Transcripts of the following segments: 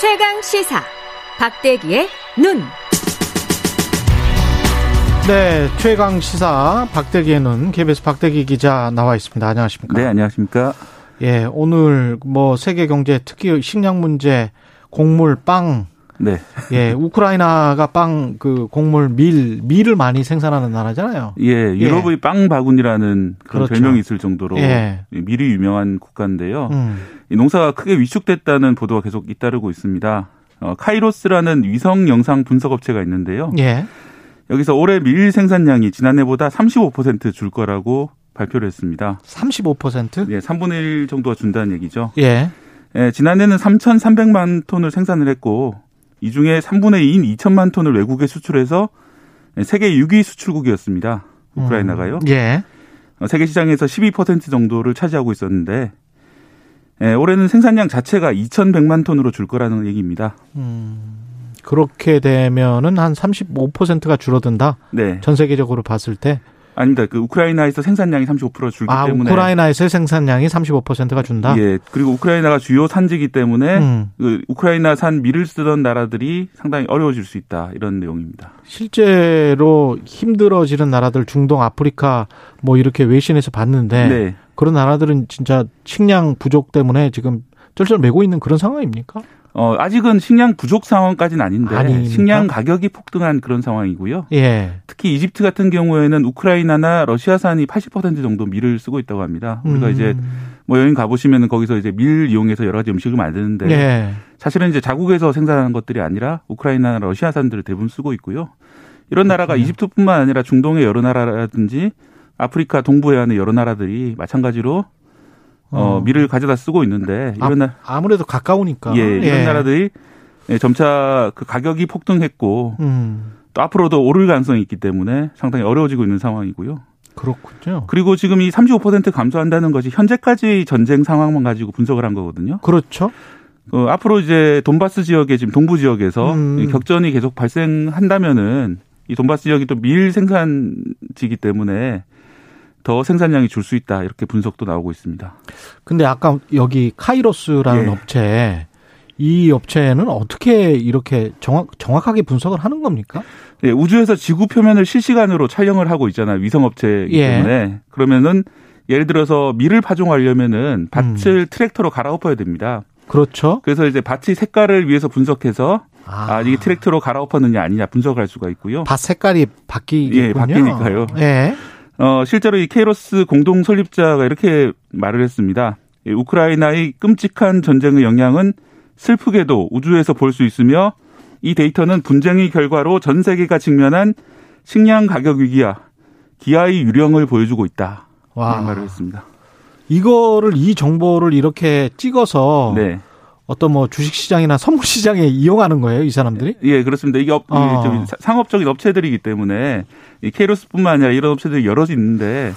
최강 시사 박대기의 눈. 네, 최강 시사 박대기의 눈 KBS 박대기 기자 나와 있습니다. 안녕하십니까? 네, 안녕하십니까? 예, 오늘 뭐 세계 경제 특히 식량 문제, 곡물, 빵 네. 예, 우크라이나가 빵, 그, 곡물, 밀, 밀을 많이 생산하는 나라잖아요. 예, 유럽의 빵 바구니라는 그런 그렇죠. 별명이 있을 정도로 예. 밀이 유명한 국가인데요. 음, 이 농사가 크게 위축됐다는 보도가 계속 잇따르고 있습니다. 어, 카이로스라는 위성 영상 분석 업체가 있는데요. 예, 여기서 올해 밀 생산량이 지난해보다 35%줄 거라고 발표를 했습니다. 35%? 예, 3분의 1 정도가 준다는 얘기죠. 예, 예, 지난해는 3,300만 톤을 생산을 했고 이 중에 3분의 2인 2천만 톤을 외국에 수출해서 세계 6위 수출국이었습니다. 우크라이나가요. 예, 어, 세계 시장에서 12% 정도를 차지하고 있었는데 예, 올해는 생산량 자체가 2,100만 톤으로 줄 거라는 얘기입니다. 그렇게 되면은 한 35%가 줄어든다. 네, 전 세계적으로 봤을 때. 아닙니다. 그 우크라이나에서 생산량이 35% 줄기 아, 때문에 우크라이나에서의 생산량이 35%가 준다? 예, 그리고 우크라이나가 주요 산지이기 때문에 음. 그 우크라이나산 밀을 쓰던 나라들이 상당히 어려워질 수 있다 이런 내용입니다. 실제로 힘들어지는 나라들 중동, 아프리카 뭐 이렇게 외신에서 봤는데 네. 그런 나라들은 진짜 식량 부족 때문에 지금 쩔쩔매고 있는 그런 상황입니까? 어, 아직은 식량 부족 상황까지는 아닌데 아닙니까? 식량 가격이 폭등한 그런 상황이고요. 예. 특히 이집트 같은 경우에는 우크라이나나 러시아산이 80% 정도 밀을 쓰고 있다고 합니다. 우리가 음. 이제 뭐 여행 가보시면 거기서 이제 밀 이용해서 여러 가지 음식을 만드는데 예. 사실은 이제 자국에서 생산하는 것들이 아니라 우크라이나나 러시아산들을 대부분 쓰고 있고요. 이런 나라가 이집트뿐만 아니라 중동의 여러 나라라든지 아프리카 동부해안의 여러 나라들이 마찬가지로 어, 어. 밀을 가져다 쓰고 있는데 이런 나- 아, 무래도 가까우니까. 예, 이런 나라들이 예, 점차 그 가격이 폭등했고 음. 또 앞으로도 오를 가능성이 있기 때문에 상당히 어려워지고 있는 상황이고요. 그렇군요. 그리고 지금 이 35% 감소한다는 것이 현재까지의 전쟁 상황만 가지고 분석을 한 거거든요. 그렇죠. 어, 앞으로 이제 돈바스 지역에 지금 동부 지역에서 음. 이 격전이 계속 발생한다면은 이 돈바스 지역이 또 밀 생산지이기 때문에 더 생산량이 줄 수 있다 이렇게 분석도 나오고 있습니다. 근데 아까 여기 카이로스라는 예. 업체 이 업체는 어떻게 이렇게 정확 정확하게 분석을 하는 겁니까? 예, 우주에서 지구 표면을 실시간으로 촬영을 하고 있잖아요. 위성 업체이기 예. 때문에 그러면은 예를 들어서 밀을 음. 파종하려면은 밭을 트랙터로 갈아엎어야 됩니다. 그렇죠. 그래서 이제 밭의 색깔을 위해서 분석해서 아, 아, 이게 트랙터로 갈아엎었느냐 아니냐 분석할 수가 있고요. 밭 색깔이 바뀌겠군요. 예, 바뀌니까요. 예. 어, 실제로 이 케이로스 공동 설립자가 이렇게 말을 했습니다. 이 우크라이나의 끔찍한 전쟁의 영향은 슬프게도 우주에서 볼 수 있으며 이 데이터는 분쟁의 결과로 전 세계가 직면한 식량 가격 위기야 기아의 유령을 보여주고 있다. 와. 이런 말을 했습니다. 이거를 이 정보를 이렇게 찍어서 네, 어떤 뭐 주식 시장이나 선물 시장에 이용하는 거예요, 이 사람들이? 예 그렇습니다. 이게 업, 이 어. 좀 사- 상업적인 업체들이기 때문에 이 케이로스뿐만 아니라 이런 업체들이 여러 있는데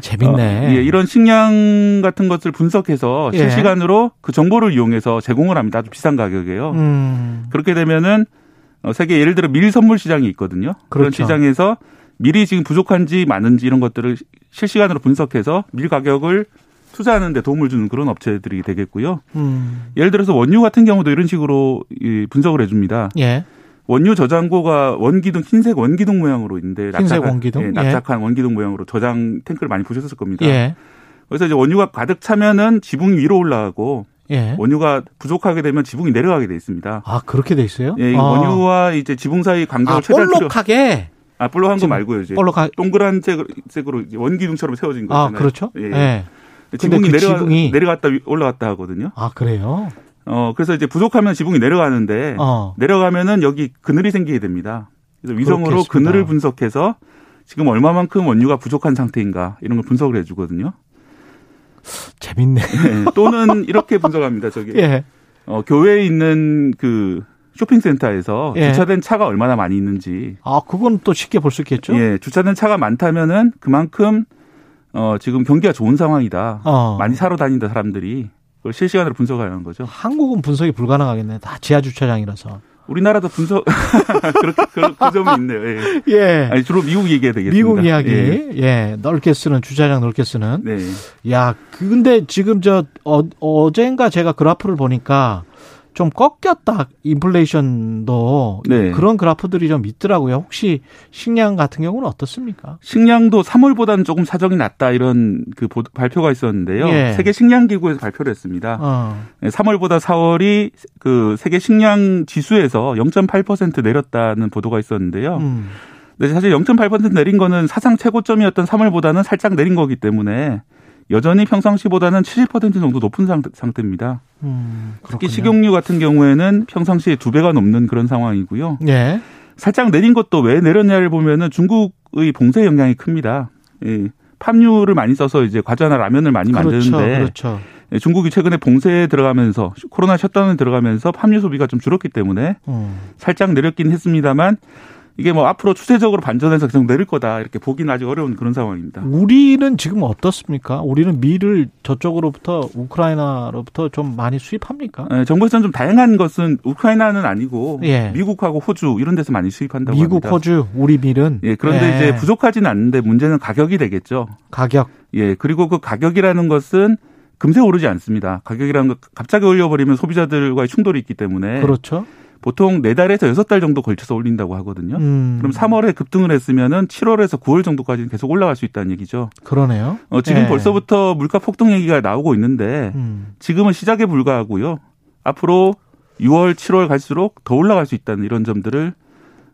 재밌네. 어, 예, 이런 식량 같은 것을 분석해서 예. 실시간으로 그 정보를 이용해서 제공을 합니다. 아주 비싼 가격이에요. 음. 그렇게 되면은 어, 세계 예를 들어 밀 선물 시장이 있거든요. 그런 그렇죠. 시장에서 밀이 지금 부족한지 많은지 이런 것들을 시- 실시간으로 분석해서 밀 가격을 투자하는 데 도움을 주는 그런 업체들이 되겠고요. 음. 예를 들어서 원유 같은 경우도 이런 식으로 이 분석을 해줍니다. 예. 원유 저장고가 원기둥 흰색 원기둥 모양으로 있는데 흰색 원기둥? 예, 예. 낙작한 원기둥 모양으로 저장 탱크를 많이 보셨을 겁니다. 예. 그래서 이제 원유가 가득 차면은 지붕이 위로 올라가고 예. 원유가 부족하게 되면 지붕이 내려가게 돼 있습니다. 아, 그렇게 돼 있어요? 예, 이 아. 원유와 이제 지붕 사이 아, 간격을 최대한 줄여 볼록하게 아, 볼록한 거 지금 말고요. 이제 볼록하 동그란 색- 색으로 이제 원기둥처럼 세워진 거잖아요. 아, 그렇죠? 예. 예. 지붕이, 근데 그 내려가, 지붕이- 내려갔다 위- 올라갔다 하거든요. 아, 그래요? 어, 그래서 이제 부족하면 지붕이 내려가는데 어. 내려가면은 여기 그늘이 생기게 됩니다. 그래서 위성으로 그렇겠습니다. 그늘을 분석해서 지금 얼마만큼 원유가 부족한 상태인가 이런 걸 분석을 해 주거든요. 재밌네. 예, 또는 이렇게 분석합니다. 저기 예. 어, 교외에 있는 그 쇼핑센터에서 예. 주차된 차가 얼마나 많이 있는지. 아, 그건 또 쉽게 볼 수 있겠죠? 예, 주차된 차가 많다면은 그만큼 어, 지금 경기가 좋은 상황이다. 어. 많이 사러 다닌다 사람들이. 그걸 실시간으로 분석하는 거죠. 한국은 분석이 불가능하겠네. 다 지하 주차장이라서. 우리나라도 분석 그렇게 그런 그 점이 있네요. 예. 예. 아니, 주로 미국 얘기 되겠습니다. 미국 이야기. 예. 예. 넓게 쓰는 주차장 넓게 쓰는 네. 야, 근데 지금 저 어, 어젠가 제가 그래프를 보니까 좀 꺾였다 인플레이션도 네. 그런 그래프들이 좀 있더라고요. 혹시 식량 같은 경우는 어떻습니까? 식량도 3월보다는 조금 사정이 낫다 이런 그 보- 발표가 있었는데요. 예. 세계 식량 기구에서 발표를 했습니다. 어, 네, 3월보다 4월이 그 세계 식량 지수에서 0.8% 내렸다는 보도가 있었는데요. 음, 근데 사실 0.8% 내린 거는 사상 최고점이었던 3월보다는 살짝 내린 거기 때문에 여전히 평상시보다는 70% 정도 높은 상- 상태입니다. 음, 특히 그렇군요. 식용유 같은 경우에는 평상시에 두 배가 넘는 그런 상황이고요. 예, 살짝 내린 것도 왜 내렸냐를 보면은 중국의 봉쇄 영향이 큽니다. 예, 팜유를 많이 써서 이제 과자나 라면을 많이 그렇죠, 만드는데 그렇죠. 예, 중국이 최근에 봉쇄에 들어가면서 코로나 셧다운에 들어가면서 팜유 소비가 좀 줄었기 때문에 음, 살짝 내렸긴 했습니다만 이게 뭐 앞으로 추세적으로 반전해서 계속 내릴 거다 이렇게 보기는 아직 어려운 그런 상황입니다. 우리는 지금 어떻습니까? 우리는 밀을 저쪽으로부터 우크라이나로부터 좀 많이 수입합니까? 예, 정부에서는 좀 다양한 것은 우크라이나는 아니고 예. 미국하고 호주 이런 데서 많이 수입한다고 미국, 합니다. 호주, 우리 밀은 예, 그런데 예, 이제 부족하진 않는데 문제는 가격이 되겠죠. 가격 예, 그리고 그 가격이라는 것은 금세 오르지 않습니다. 가격이라는 거 갑자기 올려버리면 소비자들과의 충돌이 있기 때문에 그렇죠. 보통 네 달에서 여섯 달 정도 걸쳐서 올린다고 하거든요. 음, 그럼 3월에 급등을 했으면은 7월에서 9월 정도까지는 계속 올라갈 수 있다는 얘기죠. 그러네요. 어, 지금 예. 벌써부터 물가 폭등 얘기가 나오고 있는데 음, 지금은 시작에 불과하고요. 앞으로 6월, 7월 갈수록 더 올라갈 수 있다는 이런 점들을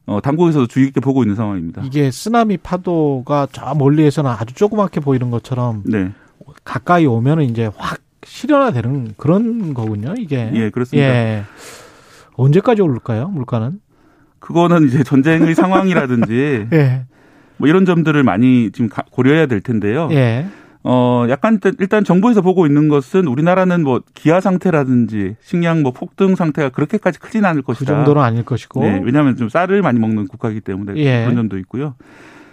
어, 당국에서도 주의 깊게 보고 있는 상황입니다. 이게 쓰나미 파도가 저 멀리에서는 아주 조그맣게 보이는 것처럼 네, 가까이 오면은 이제 확 실현화되는 그런 거군요. 이게 예, 그렇습니다. 예. 언제까지 오를까요? 물가는? 그거는 이제 전쟁의 상황이라든지 예. 뭐 이런 점들을 많이 지금 가- 고려해야 될 텐데요. 예. 어, 약간 일단- 일단 정부에서 보고 있는 것은 우리나라는 뭐 기아 상태라든지 식량 뭐 폭등 상태가 그렇게까지 크진 않을 그 것이다. 정도는 아닐 것이고. 네, 왜냐하면 좀 쌀을 많이 먹는 국가이기 때문에 예. 그런 점도 있고요.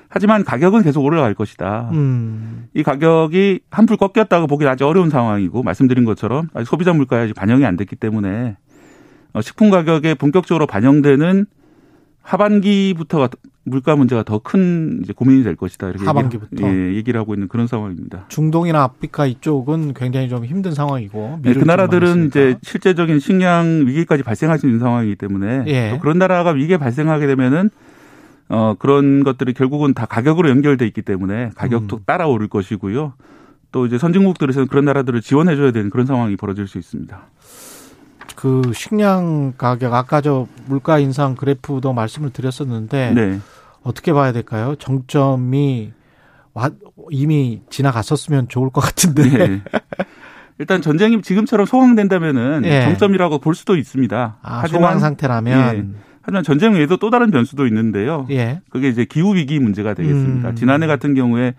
하지만 가격은 계속 올라갈 것이다. 음. 이 가격이 한풀 꺾였다고 보기 아주 어려운 상황이고 말씀드린 것처럼 아직 소비자 물가에 아직 반영이 안 됐기 때문에 어, 식품 가격에 본격적으로 반영되는 하반기부터가 더- 물가 문제가 더 큰 고민이 될 것이다. 이렇게 얘기를- 하반기부터. 예, 얘기를 하고 있는 그런 상황입니다. 중동이나 아프리카 이쪽은 굉장히 좀 힘든 상황이고. 네, 밀을 그 좀 나라들은 많이 이제 쓰니까. 실제적인 식량 위기까지 발생할 수 있는 상황이기 때문에 예. 또 그런 나라가 위기에 발생하게 되면은 어 그런 것들이 결국은 다 가격으로 연결돼 있기 때문에 가격도 음. 따라 오를 것이고요. 또 이제 선진국들에서는 그런 나라들을 지원해 줘야 되는 그런 상황이 벌어질 수 있습니다. 그 식량 가격 아까 저 물가 인상 그래프도 말씀을 드렸었는데 네. 어떻게 봐야 될까요? 정점이 와, 이미 지나갔었으면 좋을 것 같은데. 예. 일단 전쟁이 지금처럼 소강된다면은 예. 정점이라고 볼 수도 있습니다. 아, 소강 상태라면 하지만 전쟁 외에도 또 다른 변수도 있는데요. 예. 그게 이제 기후 위기 문제가 되겠습니다. 음. 지난해 같은 경우에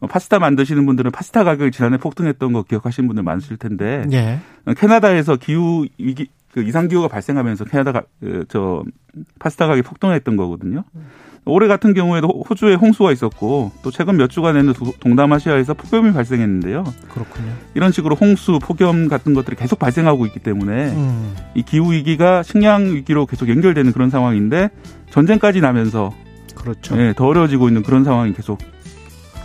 어, 파스타 만드시는 분들은 파스타 가격이 지난해 폭등했던 거 기억하시는 분들 많으실 텐데 예. 어, 캐나다에서 기후 위기 그 이상 기후가 발생하면서 캐나다가 그, 저 파스타 가격이 폭등했던 거거든요. 음. 올해 같은 경우에도 호주에 홍수가 있었고 또 최근 몇 주간에는 도- 동남아시아에서 폭염이 발생했는데요. 그렇군요. 이런 식으로 홍수, 폭염 같은 것들이 계속 발생하고 있기 때문에 음. 이 기후 위기가 식량 위기로 계속 연결되는 그런 상황인데 전쟁까지 나면서 그렇죠. 네, 더 어려워지고 있는 그런 상황이 계속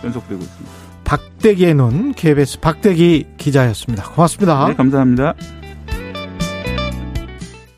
연속되고 있습니다. 박대기의 눈 KBS 박대기 기자였습니다. 고맙습니다. 네, 감사합니다.